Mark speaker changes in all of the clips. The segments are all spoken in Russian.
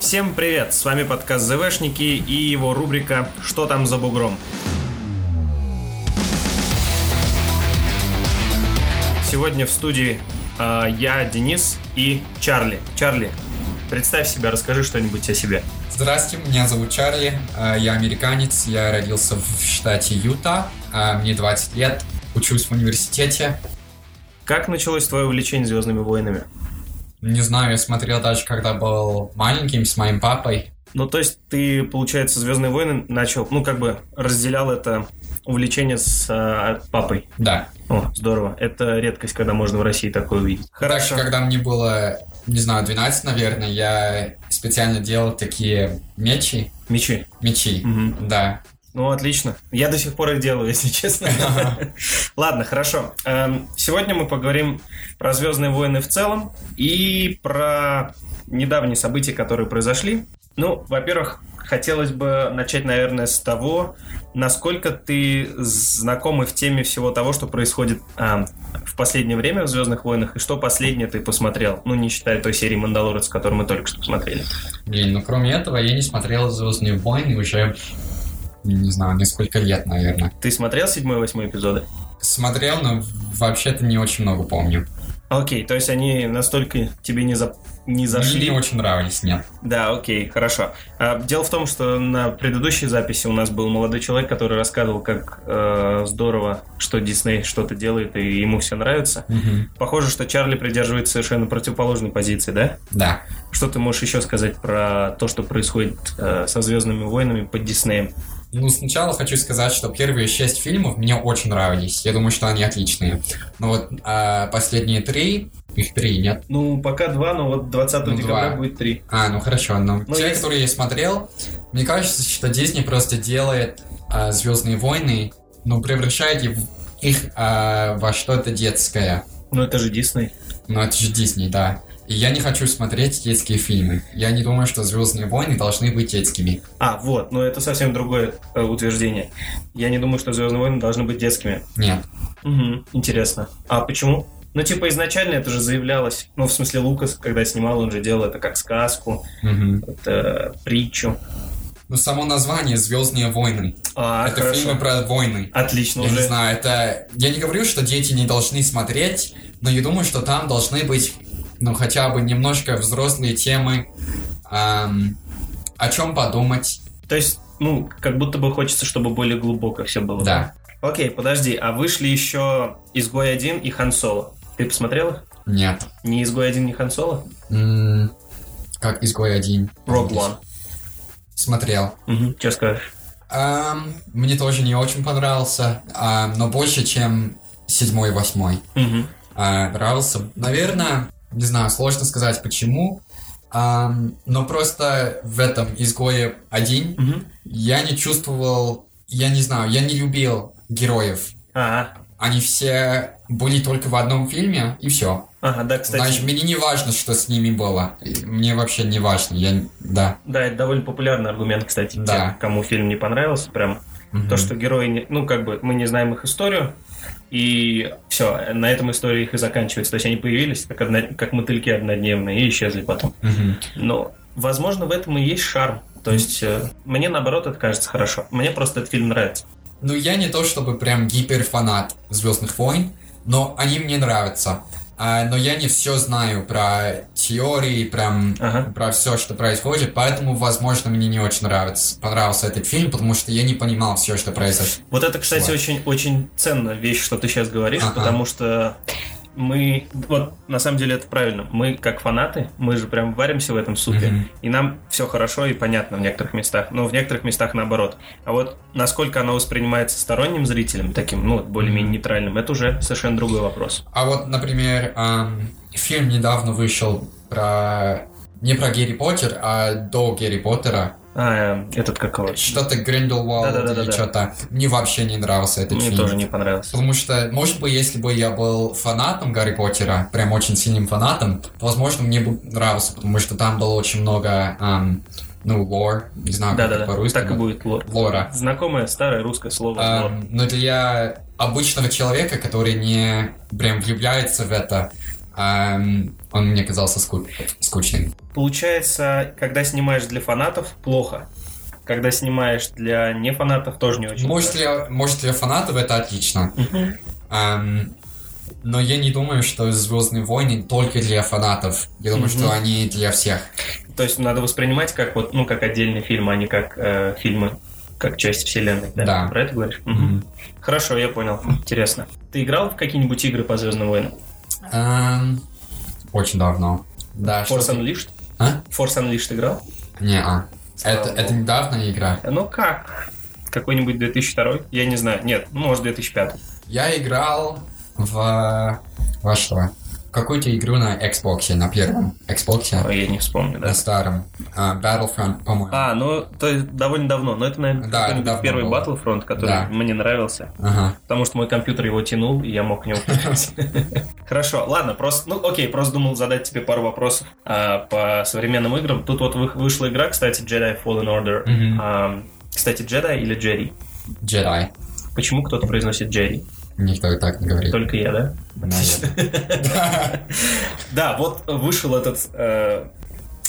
Speaker 1: Всем привет! С вами подкаст ЗВшники и его рубрика «Что там за бугром?». Сегодня в студии э, я, Денис и Чарли. Чарли, представь себя, расскажи что-нибудь о себе.
Speaker 2: Здравствуйте, меня зовут Чарли, э, я американец, я родился в штате Юта, э, мне 20 лет, учусь в университете.
Speaker 1: Как началось твое увлечение «Звездными войнами»?
Speaker 2: Не знаю, я смотрел даже когда был маленьким с моим папой.
Speaker 1: Ну, то есть ты, получается, «Звездные войны» начал, ну, как бы разделял это увлечение с э, папой.
Speaker 2: Да.
Speaker 1: О, здорово. Это редкость, когда можно в России такое увидеть.
Speaker 2: Хорошо. когда мне было, не знаю, 12, наверное, я специально делал такие мечи.
Speaker 1: Мечи.
Speaker 2: Мечи.
Speaker 1: Мгм.
Speaker 2: Да.
Speaker 1: Ну, отлично. Я до сих пор их делаю, если честно. Ладно, хорошо. Эм, Сегодня мы поговорим про Звездные войны в целом и про недавние события, которые произошли. Ну, во-первых, хотелось бы начать, наверное, с того, насколько ты знакомый в теме всего того, что происходит а, в последнее время в Звездных войнах, и что последнее ты посмотрел, ну, не считая той серии Мандалорец, которую мы только что посмотрели.
Speaker 2: Блин, ну кроме этого, я не смотрел «Звездные войны» уже, не знаю, несколько лет, наверное.
Speaker 1: Ты смотрел седьмой и восьмой эпизоды?
Speaker 2: Смотрел, но вообще-то не очень много помню.
Speaker 1: Окей, то есть они настолько тебе не, за... не зашли.
Speaker 2: Мне не очень нравились, нет.
Speaker 1: Да, окей, хорошо. А, дело в том, что на предыдущей записи у нас был молодой человек, который рассказывал, как э, здорово, что Дисней что-то делает и ему все нравится.
Speaker 2: Мгм.
Speaker 1: Похоже, что Чарли придерживается совершенно противоположной позиции, да?
Speaker 2: Да.
Speaker 1: Что ты можешь еще сказать про то, что происходит э, со Звездными войнами под Диснеем?
Speaker 2: Ну, сначала хочу сказать, что первые шесть фильмов мне очень нравились. Я думаю, что они отличные. Но вот а, последние три, их три, нет?
Speaker 1: Ну, пока два, но вот 20
Speaker 2: Ну,
Speaker 1: декабря
Speaker 2: два.
Speaker 1: будет три.
Speaker 2: А, ну хорошо, но
Speaker 1: Ну,
Speaker 2: те,
Speaker 1: есть.
Speaker 2: которые я смотрел, мне кажется, что Дисней просто делает а, Звездные войны, но превращает ев- их а, во что-то детское.
Speaker 1: Ну, это же Дисней.
Speaker 2: Ну, это же Дисней, да. И я не хочу смотреть детские фильмы. Я не думаю, что Звездные войны должны быть детскими.
Speaker 1: А, вот, но это совсем другое э, утверждение. Я не думаю, что Звездные войны должны быть детскими.
Speaker 2: Нет.
Speaker 1: Угу, интересно. А почему? Ну, типа, изначально это же заявлялось. Ну, в смысле, Лукас, когда снимал, он же делал это как сказку,
Speaker 2: Мгм.
Speaker 1: это э, притчу.
Speaker 2: Ну, само название Звездные войны.
Speaker 1: А,
Speaker 2: это
Speaker 1: хорошо. Ну,
Speaker 2: фильмы про войны.
Speaker 1: Отлично
Speaker 2: я
Speaker 1: уже.
Speaker 2: не знаю, это... Я не говорю, что дети не должны смотреть, но я думаю, что там должны быть, ну, хотя бы немножко взрослые темы, ам, о чем подумать.
Speaker 1: То есть, ну, как будто бы хочется, чтобы более глубоко все было.
Speaker 2: Да.
Speaker 1: Окей, подожди, а вышли еще Изгой 1 и Хан Соло. Ты посмотрел их?
Speaker 2: Нет.
Speaker 1: Не Изгой 1, не Хан Соло?
Speaker 2: М, Как «Изгой один».
Speaker 1: Rogue One.
Speaker 2: Смотрел.
Speaker 1: Угу, что скажешь?
Speaker 2: Ам, мне тоже не очень понравился, ам, но больше, чем седьмой и восьмой.
Speaker 1: Угу.
Speaker 2: а, нравился. Наверное, не знаю, сложно сказать почему, Ам, но просто в этом изгое один
Speaker 1: Угу.
Speaker 2: я не чувствовал, я не знаю, я не любил героев.
Speaker 1: Ага.
Speaker 2: Они все были только в одном фильме, и все.
Speaker 1: Ага, да, кстати.
Speaker 2: Значит, мне не важно, что с ними было. И Мне вообще не важно. Я... Да.
Speaker 1: Да, это довольно популярный аргумент, кстати,
Speaker 2: Да.
Speaker 1: те, кому фильм не понравился, прям То,
Speaker 2: Мгм.
Speaker 1: что герои, не- ну, как бы, мы не знаем их историю, и все, на этом история их и заканчивается. То есть они появились как, одно- как мотыльки однодневные и исчезли потом.
Speaker 2: Мгм.
Speaker 1: Но, возможно, в этом и есть шарм. То есть э, мне, наоборот, это кажется хорошо. Мне просто этот фильм нравится.
Speaker 2: Ну, я не то чтобы прям гиперфанат Звездных войн, но они мне нравятся. А, но я не все знаю про теории, прям
Speaker 1: Ага.
Speaker 2: про все, что происходит, поэтому, возможно, мне не очень нравится, понравился этот фильм, потому что я не понимал все, что произошло.
Speaker 1: Вот это, кстати,
Speaker 2: Ладно.
Speaker 1: очень, очень ценная вещь, что ты сейчас говоришь,
Speaker 2: Ага.
Speaker 1: потому что мы, вот, на самом деле это правильно. Мы, как фанаты, мы же прям варимся в этом супе.
Speaker 2: Мгм.
Speaker 1: И нам все хорошо и понятно в некоторых местах, но в некоторых местах наоборот. А вот насколько оно воспринимается сторонним зрителем, таким, ну, вот более-менее нейтральным, это уже совершенно другой вопрос.
Speaker 2: А вот, например, ам, фильм недавно вышел про... Не про Гарри Поттер, а до Гарри Поттера.
Speaker 1: А, э, этот как его?
Speaker 2: Что-то Гриндевалд
Speaker 1: Да-да-да-да-да.
Speaker 2: или что-то. Мне вообще не нравился этот
Speaker 1: Мне
Speaker 2: фильм.
Speaker 1: тоже не понравился.
Speaker 2: Потому что, может быть, если бы я был фанатом Гарри Поттера, прям очень сильным фанатом, то, возможно, мне бы нравился, потому что там было очень много, ам, ну, лор, не знаю, как это
Speaker 1: Да-да-да,
Speaker 2: по-русски.
Speaker 1: так и будет лор.
Speaker 2: Лора. А.
Speaker 1: Знакомое старое русское слово лор.
Speaker 2: Ам, но для обычного человека, который не прям влюбляется в это, ам, Он мне казался скуч- скучным.
Speaker 1: Получается, когда снимаешь для фанатов, плохо. Когда снимаешь для не фанатов, тоже не очень.
Speaker 2: Может, для, может, для фанатов это отлично.
Speaker 1: Мгм.
Speaker 2: Ам, но я не думаю, что Звездные войны только для фанатов. Я думаю,
Speaker 1: Мгм.
Speaker 2: что они для всех.
Speaker 1: То есть надо воспринимать как вот, ну, как отдельный фильм, а не как э, фильмы, как часть вселенной. Да.
Speaker 2: Да.
Speaker 1: Про это говоришь? Мгм. Хорошо, я понял. Интересно. Ты играл в какие-нибудь игры по Звездным войнам?
Speaker 2: Ам, Эм, очень давно. Да,
Speaker 1: Force
Speaker 2: что-то-
Speaker 1: Unleashed?
Speaker 2: А?
Speaker 1: Force Unleashed играл?
Speaker 2: Не-а. Это,
Speaker 1: Слава
Speaker 2: это
Speaker 1: богу.
Speaker 2: недавняя игра.
Speaker 1: Ну как? Какой-нибудь 2002? Я не знаю. Нет, ну, может, 2005.
Speaker 2: Я играл в... во что? Какую-то игру на Xbox, на первом Xbox,
Speaker 1: Ой, я не вспомню, да.
Speaker 2: на старом. А, Battlefront, по-моему.
Speaker 1: А, ну, то есть довольно давно. Но это, наверное,
Speaker 2: Да,
Speaker 1: какой-нибудь
Speaker 2: давно
Speaker 1: первый
Speaker 2: было.
Speaker 1: Battlefront, который
Speaker 2: Да.
Speaker 1: мне нравился.
Speaker 2: Ага.
Speaker 1: Потому что мой компьютер его тянул, и я мог к нему подключить. Хорошо, ладно, просто, ну, окей, просто думал задать тебе пару вопросов а, по современным играм. Тут вот вы- вышла игра, кстати, Jedi Fallen Order.
Speaker 2: Мгм.
Speaker 1: Ам, Кстати, Jedi или Джерри?
Speaker 2: Джедай.
Speaker 1: Почему кто-то произносит Джерри?
Speaker 2: Никто и так не говорит.
Speaker 1: Только я, да?
Speaker 2: Наверное.
Speaker 1: Да, вот вышел этот, э,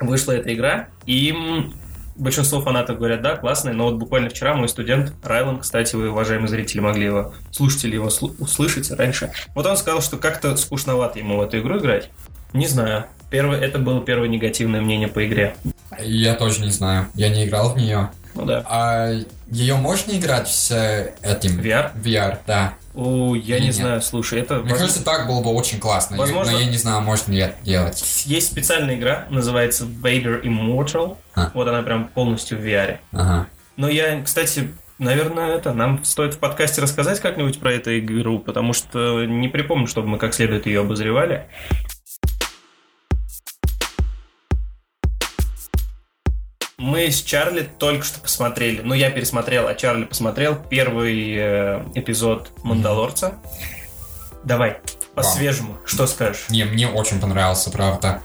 Speaker 1: вышла эта игра, и м, большинство фанатов говорят, да, классная, но вот буквально вчера мой студент Райлан, кстати, вы, уважаемые зрители, могли его, слушатели его слу- услышать раньше, вот он сказал, что как-то скучновато ему в эту игру играть. Не знаю. Первое, это было первое негативное мнение по игре.
Speaker 2: Я тоже не знаю. Я не играл в нее.
Speaker 1: Ну да.
Speaker 2: А ее можно играть с э, этим?
Speaker 1: VR?
Speaker 2: VR, да.
Speaker 1: О, я не
Speaker 2: Нет.
Speaker 1: знаю, слушай, это...
Speaker 2: Мне
Speaker 1: возможно-
Speaker 2: кажется, так было бы очень классно.
Speaker 1: Возможно.
Speaker 2: Но я не знаю, можно ли это делать.
Speaker 1: Есть специальная игра, называется Vader Immortal.
Speaker 2: А.
Speaker 1: Вот она прям полностью в VR.
Speaker 2: Ага.
Speaker 1: Но я, кстати, наверное, это нам стоит в подкасте рассказать как-нибудь про эту игру, потому что не припомню, чтобы мы как следует ее обозревали. Мы с Чарли только что посмотрели, ну я пересмотрел, а Чарли посмотрел первый э, эпизод Мандалорца. Давай, по-свежему, что скажешь?
Speaker 2: Не, мне очень понравился, правда.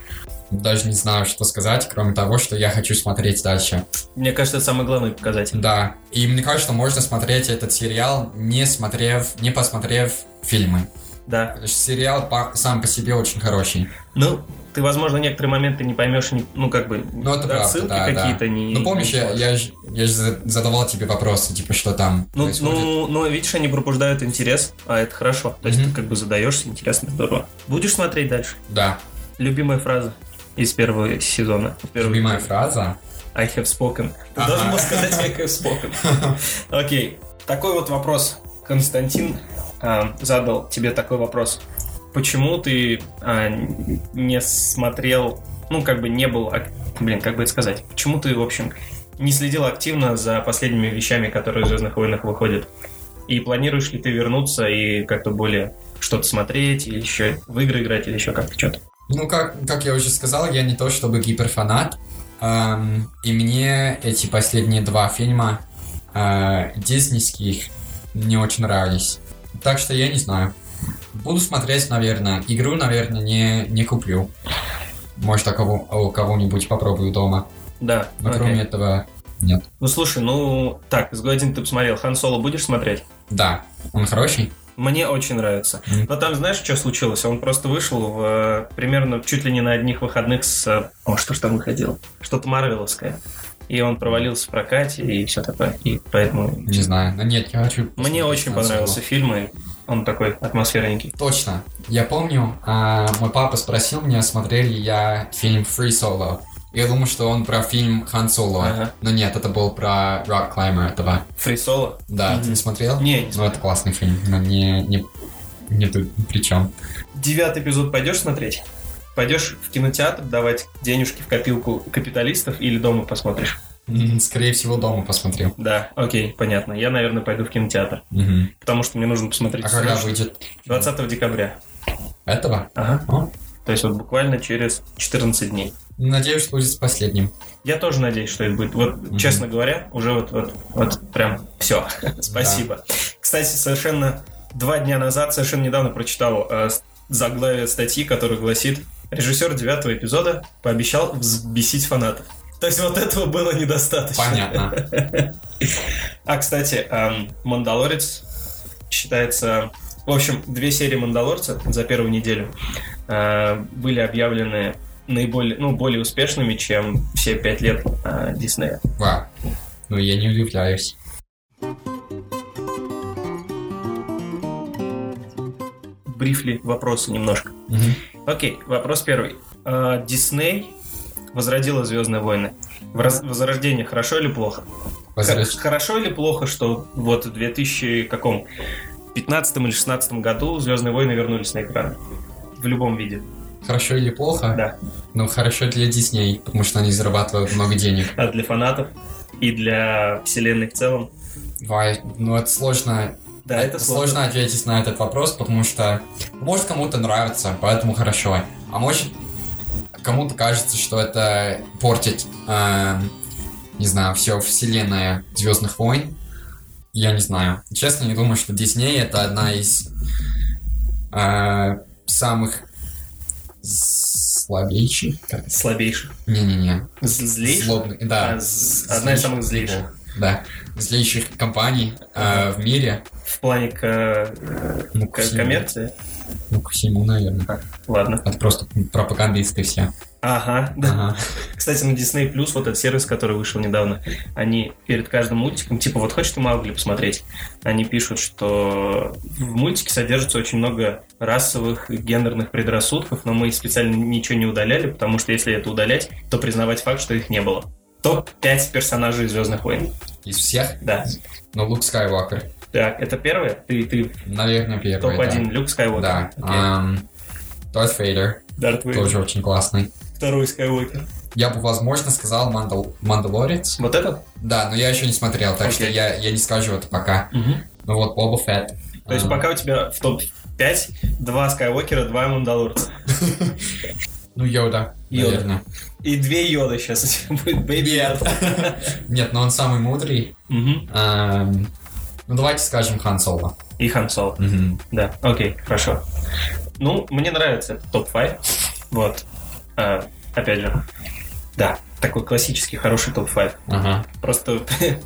Speaker 2: Даже не знаю, что сказать, кроме того, что я хочу смотреть дальше.
Speaker 1: Мне кажется, это самый главный показатель.
Speaker 2: Да. И мне кажется, можно смотреть этот сериал, не смотрев, не посмотрев фильмы.
Speaker 1: Да.
Speaker 2: Сериал по- сам по себе очень хороший.
Speaker 1: Ну, ты, возможно, некоторые моменты не поймешь, не- ну, как бы,
Speaker 2: Ну, это правда,
Speaker 1: отсылки
Speaker 2: да, да.
Speaker 1: какие-то не...
Speaker 2: Ну, помнишь,
Speaker 1: не
Speaker 2: я,
Speaker 1: сможешь.
Speaker 2: я, ж- я ж за- задавал тебе вопросы, типа, что там
Speaker 1: Ну,
Speaker 2: происходит?
Speaker 1: ну, ну, видишь, они пробуждают интерес, а это хорошо. То есть
Speaker 2: Мгм.
Speaker 1: ты как бы задаешься, интересно, здорово. Будешь смотреть дальше?
Speaker 2: Да.
Speaker 1: Любимая фраза из первого сезона. из первого-
Speaker 2: Любимая фраза.
Speaker 1: I have spoken. Ты
Speaker 2: Ага.
Speaker 1: должен был сказать I have spoken. Окей. Такой вот вопрос. Константин а, задал тебе такой вопрос. Почему ты а, н- не смотрел, ну, как бы не был, ак- блин, как бы это сказать, почему ты, в общем, не следил активно за последними вещами, которые в «Звездных войнах» выходят? И планируешь ли ты вернуться и как-то более что-то смотреть, или еще в игры играть, или еще как-то что-то?
Speaker 2: Ну, как, как я уже сказал, я не то чтобы гиперфанат. Ам, и мне эти последние два фильма а, диснейских не очень нравились. Так что я не знаю. Буду смотреть, наверное. Игру, наверное, не, не куплю. Может, у, кого, у кого-нибудь попробую дома.
Speaker 1: Да.
Speaker 2: Но
Speaker 1: окей.
Speaker 2: кроме этого,
Speaker 1: Ну слушай, ну так, изгой один ты посмотрел, Хан Соло будешь смотреть?
Speaker 2: да, он хороший.
Speaker 1: Мне очень нравится.
Speaker 2: Мгм.
Speaker 1: Но там знаешь, что случилось? Он просто вышел в, э, примерно чуть ли не на одних выходных с... э, О, что ж там выходило? Что-то Марвеловское. И он провалился в прокате и все такое. И поэтому...
Speaker 2: Не знаю. Но нет, я хочу...
Speaker 1: Мне
Speaker 2: посмотреть
Speaker 1: очень
Speaker 2: на
Speaker 1: понравился
Speaker 2: Соло.
Speaker 1: фильм, и он такой атмосферненький.
Speaker 2: Точно. Я помню, а, мой папа спросил меня, смотрел ли я фильм Free Solo. Я думал, что он про фильм Хан Соло.
Speaker 1: Ага.
Speaker 2: Но нет, это был про Rock Climber этого.
Speaker 1: Фри Соло?
Speaker 2: Да,
Speaker 1: Мгм.
Speaker 2: ты смотрел?
Speaker 1: Не, не
Speaker 2: Ну, это классный фильм, но не, не, не тут при чем.
Speaker 1: Девятый эпизод пойдешь смотреть? Пойдешь в кинотеатр давать денежки в копилку капиталистов или дома посмотришь?
Speaker 2: Скорее всего, дома посмотрел.
Speaker 1: Да, окей, понятно. Я, наверное, пойду в кинотеатр,
Speaker 2: Мгм.
Speaker 1: потому что мне нужно посмотреть...
Speaker 2: А когда
Speaker 1: «Сумерки».
Speaker 2: выйдет
Speaker 1: 20 декабря.
Speaker 2: этого?
Speaker 1: Ага.
Speaker 2: О,
Speaker 1: То есть вот буквально через 14 дней.
Speaker 2: Надеюсь, что будет последним.
Speaker 1: Я тоже надеюсь, что это будет. Вот, честно говоря, уже вот, вот, вот прям все. Спасибо. Кстати, совершенно два дня назад, совершенно недавно прочитал э, с- заглавие статьи, которая гласит «Режиссер девятого эпизода пообещал взбесить фанатов». То есть вот этого было недостаточно.
Speaker 2: Понятно.
Speaker 1: А, кстати, эм, «Мандалорец» считается В общем, две серии «Мандалорца» за первую неделю э, были объявлены наиболее, ну, более успешными, чем все пять лет э, Диснея.
Speaker 2: Вау. Ну, я не удивляюсь.
Speaker 1: Брифли вопросы немножко.
Speaker 2: Мгм.
Speaker 1: Окей, вопрос первый. Э, Дисней возродила «Звездные войны». В раз- возрождение хорошо или плохо?
Speaker 2: Возраст-
Speaker 1: Хор- Хорошо или плохо, что вот в 2000 каком 15 или 16 году Звездные войны вернулись на экран? В любом виде.
Speaker 2: Хорошо или плохо?
Speaker 1: Да.
Speaker 2: Ну, хорошо для Дисней, потому что они зарабатывают много денег.
Speaker 1: А для фанатов и для вселенной в целом.
Speaker 2: Вай, ну, это сложно.
Speaker 1: Да, это сложно.
Speaker 2: Сложно ответить на этот вопрос, потому что может кому-то нравится, поэтому хорошо. А может кому-то кажется, что это портит, эм, не знаю, все вселенная Звездных войн. Я не знаю. Честно, не думаю, что Дисней это одна из э, самых слабейших. как-
Speaker 1: Слабейших.
Speaker 2: Не-не-не.
Speaker 1: З- Злейших.
Speaker 2: Злобных. Да.
Speaker 1: А, з- Одна из самых злейших.
Speaker 2: Да. Злейших компаний э, в мире.
Speaker 1: В плане к, э,
Speaker 2: Ну,
Speaker 1: к-
Speaker 2: к всему.
Speaker 1: коммерции.
Speaker 2: Ну, ко всему, наверное.
Speaker 1: Ладно.
Speaker 2: Это просто пропагандисты все.
Speaker 1: Ага, да.
Speaker 2: Ага.
Speaker 1: Кстати, на Disney Plus, вот этот сервис, который вышел недавно, они перед каждым мультиком, типа, вот хочешь ты Маугли посмотреть, они пишут, что в мультике содержится очень много расовых и гендерных предрассудков, но мы специально ничего не удаляли, потому что если это удалять, то признавать факт, что их не было. Топ-5 персонажей Звездных войн.
Speaker 2: Из всех?
Speaker 1: Да.
Speaker 2: Ну, Лук Скайуокер.
Speaker 1: Так, это первое. Ты, ты
Speaker 2: Наверное, первый.
Speaker 1: топ-1
Speaker 2: да.
Speaker 1: Люк Скайуокер.
Speaker 2: Да.
Speaker 1: Окей.
Speaker 2: Ам, Дарт Вейдер.
Speaker 1: Дарт Вейдер.
Speaker 2: Тоже очень классный.
Speaker 1: Второй Скайуокер.
Speaker 2: Я бы, возможно, сказал Мандал... Мандалорец.
Speaker 1: Вот этот?
Speaker 2: Да, но я еще не смотрел, так что
Speaker 1: Окей.
Speaker 2: я, я не скажу это пока. Ну вот, Боба Фетт.
Speaker 1: То есть
Speaker 2: Ам,
Speaker 1: пока у тебя в топ-5 два Скайуокера, два Мандалорца.
Speaker 2: Ну, Йода,
Speaker 1: Йода.
Speaker 2: наверное.
Speaker 1: И две йоды сейчас у тебя будет, бэйби.
Speaker 2: Нет, но он самый мудрый.
Speaker 1: Мгм.
Speaker 2: Ам, Ну, давайте скажем Хан Соло.
Speaker 1: И Хан Соло.
Speaker 2: Мгм.
Speaker 1: Да, окей, хорошо. Ну, мне нравится этот топ-5. Вот. А, опять же, да, такой классический хороший топ-5.
Speaker 2: Ага.
Speaker 1: Просто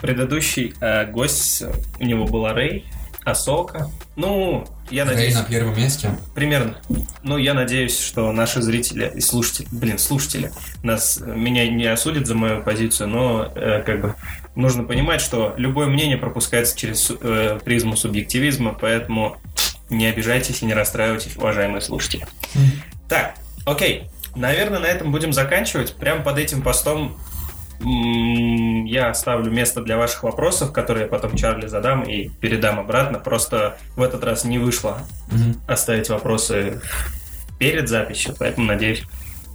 Speaker 1: предыдущий э, гость, у него была Рэй, Асока. Ну, я
Speaker 2: Рей
Speaker 1: надеюсь,
Speaker 2: на первом месте.
Speaker 1: примерно. Ну, я надеюсь, что наши зрители и слушатели, блин, слушатели, нас, э, меня не осудят за мою позицию, но э, как бы нужно понимать, что любое мнение пропускается через су- э, призму субъективизма, поэтому не обижайтесь и не расстраивайтесь, уважаемые слушатели. Так, окей, наверное, на этом будем заканчивать. Прямо под этим постом м, я оставлю место для ваших вопросов, которые я потом Чарли задам и передам обратно. Просто в этот раз не вышло
Speaker 2: Мгм.
Speaker 1: оставить вопросы перед записью, поэтому надеюсь,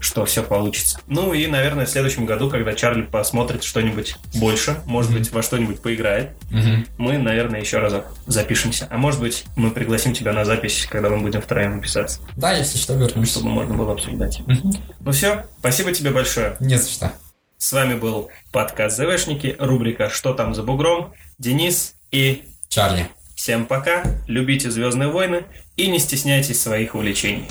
Speaker 1: что все получится. Ну и, наверное, в следующем году, когда Чарли посмотрит что-нибудь больше, может быть, во что-нибудь поиграет,
Speaker 2: Мгм.
Speaker 1: мы, наверное, еще раз запишемся. А может быть, мы пригласим тебя на запись, когда мы будем втроем писаться,
Speaker 2: Да, если что, вернусь.
Speaker 1: чтобы можно было обсуждать.
Speaker 2: Мгм.
Speaker 1: Ну все, спасибо тебе большое.
Speaker 2: Не за что.
Speaker 1: С вами был подкаст ЗВшники, рубрика «Что там за бугром?» Денис и
Speaker 2: Чарли.
Speaker 1: всем пока, любите «Звездные войны» и не стесняйтесь своих увлечений.